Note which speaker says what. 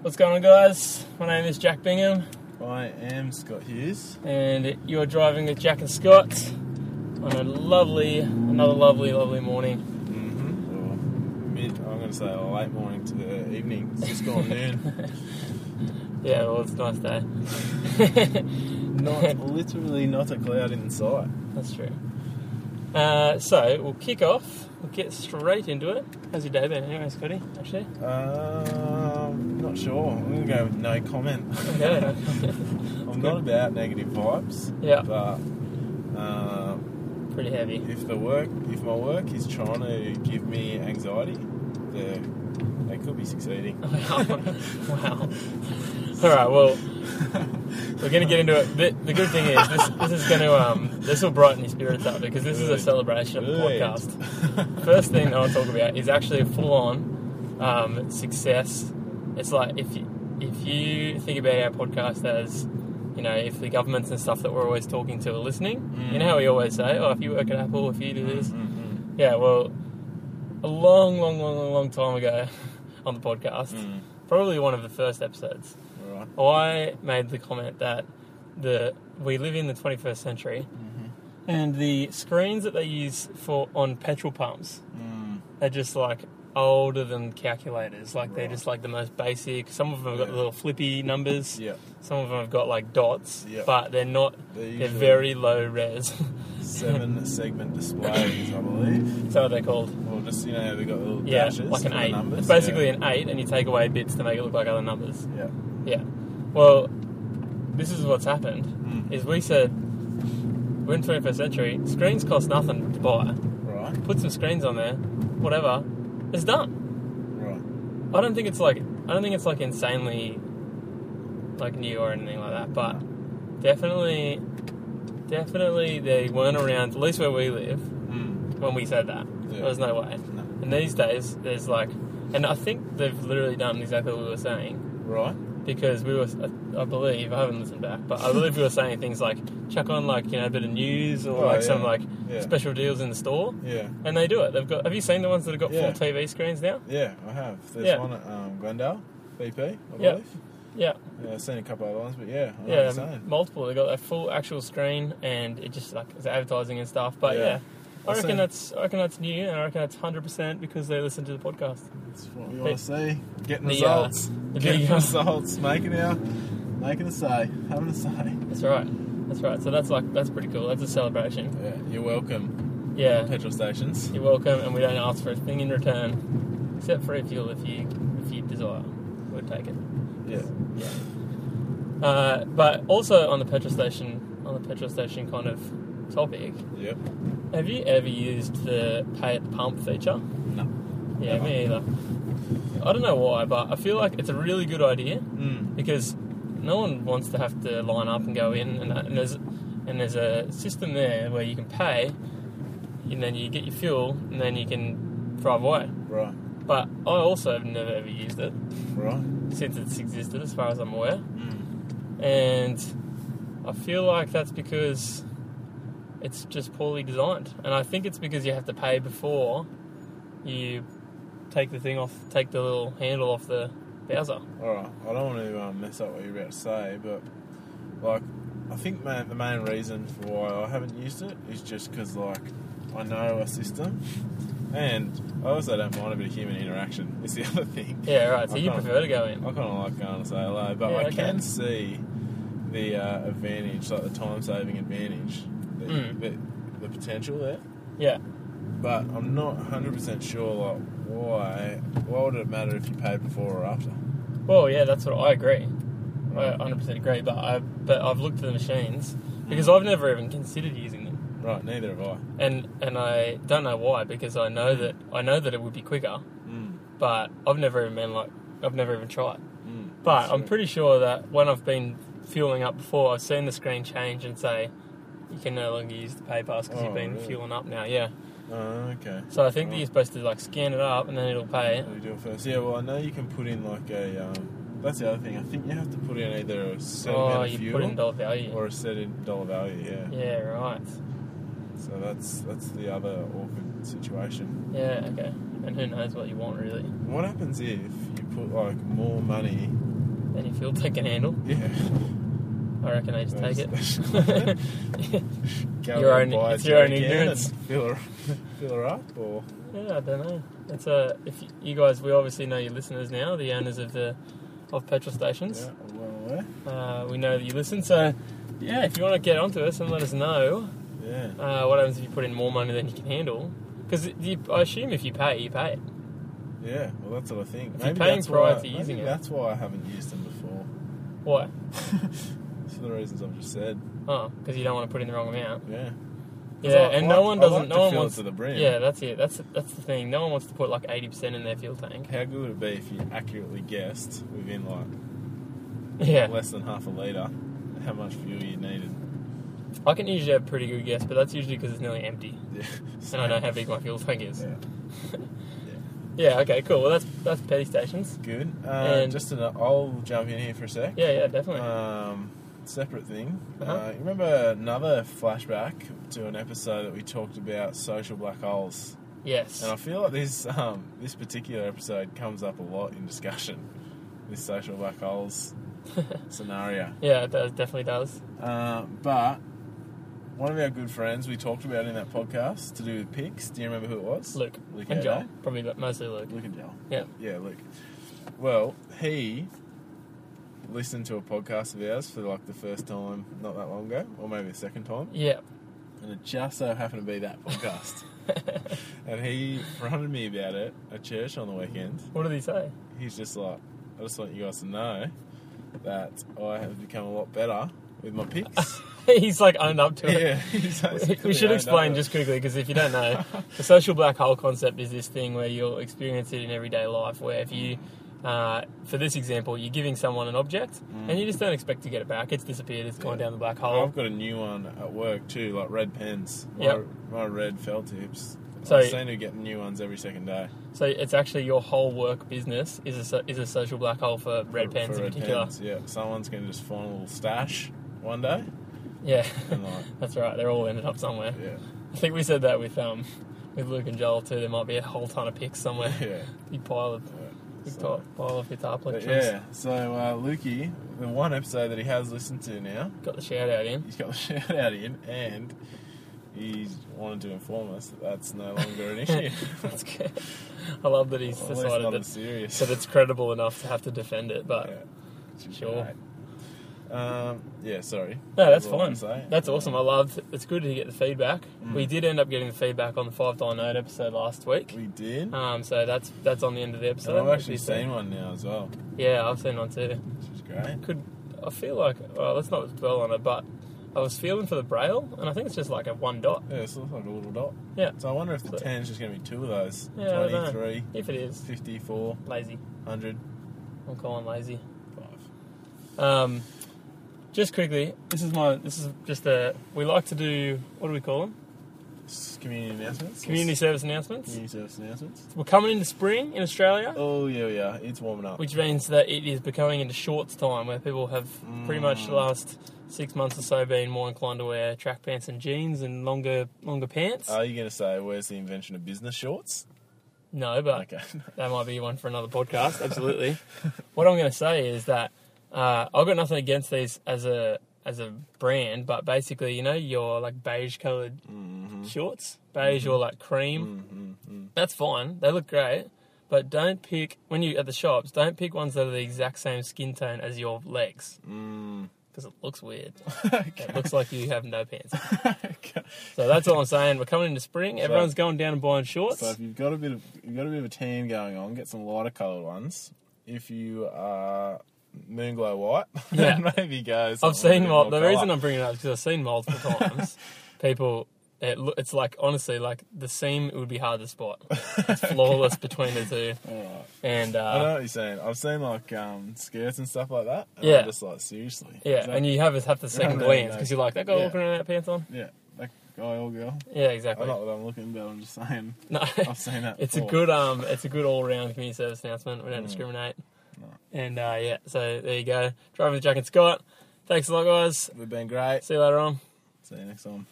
Speaker 1: What's going on, guys? My name is Jack Bingham,
Speaker 2: I am Scott Hughes.
Speaker 1: and you're driving with Jack and Scott on a lovely, another lovely, lovely morning.
Speaker 2: Mm-hmm. Mid, I'm going to say late morning to the evening. It's just gone noon.
Speaker 1: Yeah, well, it's a nice day.
Speaker 2: Not literally not a cloud in sight.
Speaker 1: That's true. Uh, so we'll kick off. We'll get straight into it. How's your day been, anyway, Scotty? Actually,
Speaker 2: Um, not sure. I'm going to go with no comment.
Speaker 1: okay.
Speaker 2: I'm not about negative vibes.
Speaker 1: Yeah.
Speaker 2: But um,
Speaker 1: pretty heavy.
Speaker 2: if the work, if my work is trying to give me anxiety, the they could be succeeding.
Speaker 1: Wow. wow. All right. Well, we're going to get into it. The, the good thing is this, this is going to um, this will brighten your spirits up because this is a
Speaker 2: Good.
Speaker 1: celebration of the
Speaker 2: Good.
Speaker 1: podcast. First thing I want to talk about is actually a full on um, success. It's like if you, if you think about our podcast as you know, if the governments and stuff that we're always talking to are listening, you
Speaker 2: Mm.
Speaker 1: know how we always say, "Oh, if you work at Apple, if you do this,
Speaker 2: Mm,
Speaker 1: yeah." Well, a long, long, long, long, long time ago on the podcast,
Speaker 2: mm,
Speaker 1: probably one of the first episodes,
Speaker 2: mm. All right.
Speaker 1: I made the comment that the we live in the 21st century,
Speaker 2: Mm-hmm.
Speaker 1: and the screens that they use for on petrol pumps
Speaker 2: Mm.
Speaker 1: are just like older than calculators. Like they're
Speaker 2: Right.
Speaker 1: just like the most basic. Some of them have got
Speaker 2: Yeah.
Speaker 1: little flippy numbers.
Speaker 2: Yeah.
Speaker 1: Some of them have got like dots,
Speaker 2: Yeah.
Speaker 1: but they're not.
Speaker 2: They're
Speaker 1: They're
Speaker 2: usually
Speaker 1: very low res.
Speaker 2: seven segment displays, I believe.
Speaker 1: so what they're called.
Speaker 2: Well, just you know, how we got little
Speaker 1: Yeah,
Speaker 2: dashes
Speaker 1: like an
Speaker 2: for the
Speaker 1: eight.
Speaker 2: numbers.
Speaker 1: it's basically
Speaker 2: yeah.
Speaker 1: an eight, and you take away bits to make it look like other numbers.
Speaker 2: yeah.
Speaker 1: Yeah. Well, this is what's happened.
Speaker 2: Mm.
Speaker 1: is we said we're in 21st century screens cost nothing to buy
Speaker 2: Right,
Speaker 1: put some screens on there whatever it's done
Speaker 2: right.
Speaker 1: i don't think it's like i don't think it's like insanely like new or anything like that but definitely definitely they weren't around at least where we live
Speaker 2: Mm.
Speaker 1: when we said that
Speaker 2: Yeah.
Speaker 1: there was no way
Speaker 2: No.
Speaker 1: and these days there's like and i think they've literally done exactly what we were saying
Speaker 2: Right.
Speaker 1: because we were, I I believe, I haven't listened back, but I believe we were saying things like chuck on like you know a bit of news or
Speaker 2: Oh,
Speaker 1: like some
Speaker 2: yeah.
Speaker 1: like
Speaker 2: Yeah.
Speaker 1: special deals in the store,
Speaker 2: Yeah.
Speaker 1: and they do it. They've got. Have you seen the ones that have got full
Speaker 2: Yeah.
Speaker 1: TV screens now?
Speaker 2: Yeah, I have. There's
Speaker 1: Yeah.
Speaker 2: one at um, Glendale, BP, I believe.
Speaker 1: Yeah. Yeah,
Speaker 2: Yeah, I've seen a couple other ones, but yeah,
Speaker 1: yeah, um,
Speaker 2: I know what you're saying.
Speaker 1: multiple. They got a full actual screen, and it just like it's advertising and stuff. But yeah,
Speaker 2: Yeah.
Speaker 1: I
Speaker 2: I've
Speaker 1: reckon
Speaker 2: seen-
Speaker 1: that's I reckon that's new, and I reckon that's hundred percent because they listen to the podcast.
Speaker 2: That's what we want to see. Getting
Speaker 1: The, uh,
Speaker 2: results.
Speaker 1: the
Speaker 2: Getting
Speaker 1: big- uh,
Speaker 2: results. Making our, making a say. Having a say.
Speaker 1: That's right. That's right. So that's like that's pretty cool. That's a celebration.
Speaker 2: Yeah, you're welcome,
Speaker 1: Yeah.
Speaker 2: petrol stations.
Speaker 1: You're welcome, and we don't ask for a thing in return, except free fuel if you if you desire. We'll take it.
Speaker 2: Yeah.
Speaker 1: Uh, but also on the petrol station, on the petrol station kind of topic,
Speaker 2: Yep.
Speaker 1: have you ever used the pay at the pump feature?
Speaker 2: No.
Speaker 1: Yeah,
Speaker 2: Never.
Speaker 1: me either. I don't know why, but I feel like it's a really good idea
Speaker 2: Mm.
Speaker 1: because no one wants to have to line up and go in, and, that, and there's and there's a system there where you can pay, and then you get your fuel, and then you can drive away.
Speaker 2: Right.
Speaker 1: But I also have never ever used it
Speaker 2: Right.
Speaker 1: since it's existed, as far as I'm aware.
Speaker 2: Mm.
Speaker 1: And I feel like that's because it's just poorly designed. And I think it's because you have to pay before you take the thing off, take the little handle off the bowser.
Speaker 2: Alright, I don't want to um, mess up what you're about to say, but like, I think ma the main reason for why I haven't used it is just because like I know a system, and I also don't mind a bit of human interaction. Is the other thing.
Speaker 1: Yeah, right. So
Speaker 2: I
Speaker 1: you
Speaker 2: can't-
Speaker 1: prefer to go in.
Speaker 2: I kind of like going to say hello, but
Speaker 1: Yeah,
Speaker 2: I
Speaker 1: okay.
Speaker 2: can see the uh, advantage, like the time saving advantage, the,
Speaker 1: Mm.
Speaker 2: the, the potential there.
Speaker 1: Yeah.
Speaker 2: But I'm not 100% sure like why. Why would it matter if you paid before or after?
Speaker 1: Well, yeah, that's what I agree. I 100% agree. But I but I've looked at the machines because
Speaker 2: Mm.
Speaker 1: I've never even considered using them.
Speaker 2: Right, neither have I.
Speaker 1: And and I don't know why because I know that I know that it would be quicker.
Speaker 2: Mm.
Speaker 1: but I've never even been like I've never even tried.
Speaker 2: Mm.
Speaker 1: But
Speaker 2: That's
Speaker 1: I'm
Speaker 2: true.
Speaker 1: pretty sure that when I've been fueling up before, I've seen the screen change and say you can no longer use the pay pass because
Speaker 2: Oh,
Speaker 1: you've been
Speaker 2: really?
Speaker 1: fueling up now. Yeah.
Speaker 2: Oh, okay.
Speaker 1: So I think that
Speaker 2: Right.
Speaker 1: you're supposed to like scan it up and then it'll pay. it.
Speaker 2: What do you do first? Yeah, well, I know you can put in like a. Um, that's the other thing. I think you have to put in either a set
Speaker 1: Oh,
Speaker 2: amount of
Speaker 1: you
Speaker 2: fuel
Speaker 1: put in dollar value.
Speaker 2: or a set in dollar value. Yeah.
Speaker 1: yeah. Right.
Speaker 2: So that's that's the other awkward situation.
Speaker 1: Yeah. Okay. And who knows what you want really?
Speaker 2: What happens if you put like more money
Speaker 1: any fuel tank can handle.
Speaker 2: Yeah.
Speaker 1: I reckon they just take
Speaker 2: Nice.
Speaker 1: it.
Speaker 2: Go
Speaker 1: Your
Speaker 2: and
Speaker 1: own-
Speaker 2: buy a
Speaker 1: it's your own
Speaker 2: jerrycan and
Speaker 1: ignorance.
Speaker 2: Fill her, fill her up, or
Speaker 1: yeah, I don't know. It's a if you, you guys we obviously know your listeners now, the owners of the of petrol stations.
Speaker 2: yeah, I'm well aware.
Speaker 1: Uh, we know that you listen, so yeah, if you want to get onto us and let us know
Speaker 2: Yeah.
Speaker 1: uh, what happens if you put in more money than you can handle, because I assume if you pay, you pay.
Speaker 2: Yeah, well, that's what I think.
Speaker 1: If you're paying
Speaker 2: that's
Speaker 1: prior
Speaker 2: why,
Speaker 1: to using
Speaker 2: maybe
Speaker 1: it.
Speaker 2: That's why I haven't used them before.
Speaker 1: Why?
Speaker 2: For the reasons I've just said.
Speaker 1: Oh, because you don't want to put in the wrong amount.
Speaker 2: Yeah.
Speaker 1: Yeah,
Speaker 2: 'Cause I-
Speaker 1: and
Speaker 2: I
Speaker 1: no
Speaker 2: like-
Speaker 1: one
Speaker 2: I
Speaker 1: doesn't.
Speaker 2: like
Speaker 1: no
Speaker 2: to
Speaker 1: one
Speaker 2: fill it
Speaker 1: wants
Speaker 2: to the brim.
Speaker 1: Yeah, that's it. That's that's the thing. No one wants to put like eighty percent in their fuel tank.
Speaker 2: How good would it be if you accurately guessed within like
Speaker 1: Yeah,
Speaker 2: less than half a litre how much fuel you needed?
Speaker 1: I can usually have a pretty good guess, but that's usually because it's nearly empty,
Speaker 2: Yeah.
Speaker 1: and I know how big my fuel tank is.
Speaker 2: Yeah.
Speaker 1: Yeah. Okay. Cool. Well, that's that's petty stations.
Speaker 2: Good. Uh,
Speaker 1: And-
Speaker 2: just an, I'll jump in here for a sec.
Speaker 1: Yeah. Yeah. Definitely.
Speaker 2: Um, separate thing. uh
Speaker 1: Uh-huh.
Speaker 2: you remember another flashback to an episode that we talked about social black holes,
Speaker 1: yes.
Speaker 2: and I feel like this um, this particular episode comes up a lot in discussion. This social black holes scenario.
Speaker 1: Yeah. It does. Definitely does.
Speaker 2: Uh, but one of our good friends we talked about in that podcast to do with pics. Do you remember who it was?
Speaker 1: Luke.
Speaker 2: Luke
Speaker 1: and
Speaker 2: Addo?
Speaker 1: Joel. Probably, but mostly Luke.
Speaker 2: Luke and Joel.
Speaker 1: Yeah.
Speaker 2: Yeah, Luke. Well, he listened to a podcast of ours for like the first time not that long ago, or maybe the second time,
Speaker 1: Yeah.
Speaker 2: and it just so happened to be that podcast. and he fronted me about it at church on the weekend.
Speaker 1: What did he say?
Speaker 2: He's just like, I just want you guys to know that I have become a lot better with my picks.
Speaker 1: He's like owned up to it.
Speaker 2: yeah, he's
Speaker 1: we
Speaker 2: basically
Speaker 1: should
Speaker 2: owned
Speaker 1: explain
Speaker 2: up.
Speaker 1: just quickly because if you don't know, the social black hole concept is this thing where you'll experience it in everyday life. Where if you, uh, for this example, you're giving someone an object and you just don't expect to get it back. It's disappeared. It's gone
Speaker 2: Mm. Yeah.
Speaker 1: down the black
Speaker 2: Oh,
Speaker 1: hole.
Speaker 2: I've got a new one at work too, like red pens. My,
Speaker 1: Yep.
Speaker 2: my red felt tips.
Speaker 1: So-
Speaker 2: I've seen her getting new ones every second day.
Speaker 1: So it's actually your whole work business is a so- is a social black hole for red
Speaker 2: For- for
Speaker 1: pens in
Speaker 2: red
Speaker 1: particular.
Speaker 2: pens, yeah, someone's going to just find a little stash one day.
Speaker 1: Yeah,
Speaker 2: And like,
Speaker 1: that's right. They're all ended up somewhere.
Speaker 2: yeah,
Speaker 1: I think we said that with um with Luke and Joel too. There might be a whole ton of picks somewhere.
Speaker 2: yeah.
Speaker 1: Big pile of
Speaker 2: yeah.
Speaker 1: big
Speaker 2: So-
Speaker 1: ti- pile of guitar
Speaker 2: but
Speaker 1: plectures.
Speaker 2: yeah, so uh, Lukey, the one episode that he has listened to now,
Speaker 1: Got the shout out in.
Speaker 2: he's got the shout out in, and he's wanted to inform us that that's no longer an issue.
Speaker 1: That's good. I love that he's
Speaker 2: Well, at least
Speaker 1: decided
Speaker 2: not
Speaker 1: that,
Speaker 2: as serious.
Speaker 1: that it's credible enough to have to defend it. But
Speaker 2: Yeah, which is
Speaker 1: Sure.
Speaker 2: great. Um, yeah, sorry.
Speaker 1: no, that's
Speaker 2: all I
Speaker 1: fine.
Speaker 2: can say.
Speaker 1: That's
Speaker 2: Um,
Speaker 1: awesome. I loved. It's good to get the feedback.
Speaker 2: Mm.
Speaker 1: We did end up getting the feedback on the five dollar note episode last week.
Speaker 2: We did.
Speaker 1: Um, so that's that's on the end of the episode.
Speaker 2: and I've actually
Speaker 1: If you see-
Speaker 2: seen one now as well,
Speaker 1: Yeah, I've seen one too.
Speaker 2: which is great.
Speaker 1: Could I feel like? Well, let's not dwell on it. But I was feeling for the braille, and I think it's just like a one dot.
Speaker 2: Yeah, it looks like a little dot.
Speaker 1: Yeah,
Speaker 2: So I wonder if the
Speaker 1: So-
Speaker 2: 10 is just going to be two of those.
Speaker 1: Yeah, I don't know.
Speaker 2: 23,
Speaker 1: if it is
Speaker 2: 54,
Speaker 1: lazy,
Speaker 2: 100,
Speaker 1: I'm calling lazy.
Speaker 2: five.
Speaker 1: Um, just quickly, this is my. This is just a. We like to do. What do we call them?
Speaker 2: S- Community announcements?
Speaker 1: Community
Speaker 2: S-
Speaker 1: service announcements.
Speaker 2: community service announcements?
Speaker 1: We're coming into spring in Australia,
Speaker 2: Oh, yeah, we are. It's warming up.
Speaker 1: which means that it is becoming into shorts time, where people have pretty much the
Speaker 2: Mm.
Speaker 1: last six months or so been more inclined to wear track pants and jeans and longer longer pants.
Speaker 2: Are you going to say, where's the invention of business shorts?
Speaker 1: no, but
Speaker 2: Okay.
Speaker 1: that might be one for another podcast. Absolutely. what I'm going to say is that uh, I've got nothing against these as a as a brand, but basically, you know, your like beige coloured
Speaker 2: mm-hmm.
Speaker 1: shorts, beige or like cream.
Speaker 2: Mm-hmm.
Speaker 1: That's fine. They look great, but don't pick when you at the shops. Don't pick ones that are the exact same skin tone as your legs
Speaker 2: Mm.
Speaker 1: because it looks weird.
Speaker 2: okay.
Speaker 1: It looks like you have no pants.
Speaker 2: Mm-hmm. okay.
Speaker 1: So that's all I'm saying. We're coming into spring. Everyone's going down and buying shorts.
Speaker 2: So if you've got a bit of you've got a bit of a tan going on, get some lighter coloured ones. If you are moon glow white,
Speaker 1: Yeah.
Speaker 2: then maybe go.
Speaker 1: I've
Speaker 2: something
Speaker 1: seen
Speaker 2: with a bit
Speaker 1: mul-
Speaker 2: more
Speaker 1: the
Speaker 2: colour.
Speaker 1: reason I'm bringing it up is because I've seen multiple times people. It, lo- it's like honestly, like the seam it would be hard to spot. It's flawless between the two,
Speaker 2: Alright.
Speaker 1: and
Speaker 2: I know
Speaker 1: uh,
Speaker 2: what you're saying. I've seen like um, skirts and stuff like that. And
Speaker 1: Yeah.
Speaker 2: I'm just like seriously.
Speaker 1: yeah,
Speaker 2: Is that-
Speaker 1: and you have have the second
Speaker 2: no,
Speaker 1: glance
Speaker 2: no.
Speaker 1: because you're like that guy
Speaker 2: Yeah.
Speaker 1: walking around with pants on.
Speaker 2: yeah, that guy or girl.
Speaker 1: Yeah,
Speaker 2: I'm
Speaker 1: exactly.
Speaker 2: not that I'm looking, but I'm just saying
Speaker 1: No,
Speaker 2: I've seen that.
Speaker 1: It's a
Speaker 2: before.
Speaker 1: good um, it's a good all round community service announcement. We don't discriminate.
Speaker 2: Mm. No.
Speaker 1: And uh, yeah, so there you go. Driving with Jack and Scott. Thanks a lot, guys.
Speaker 2: We've been great.
Speaker 1: See you later on.
Speaker 2: See you next time.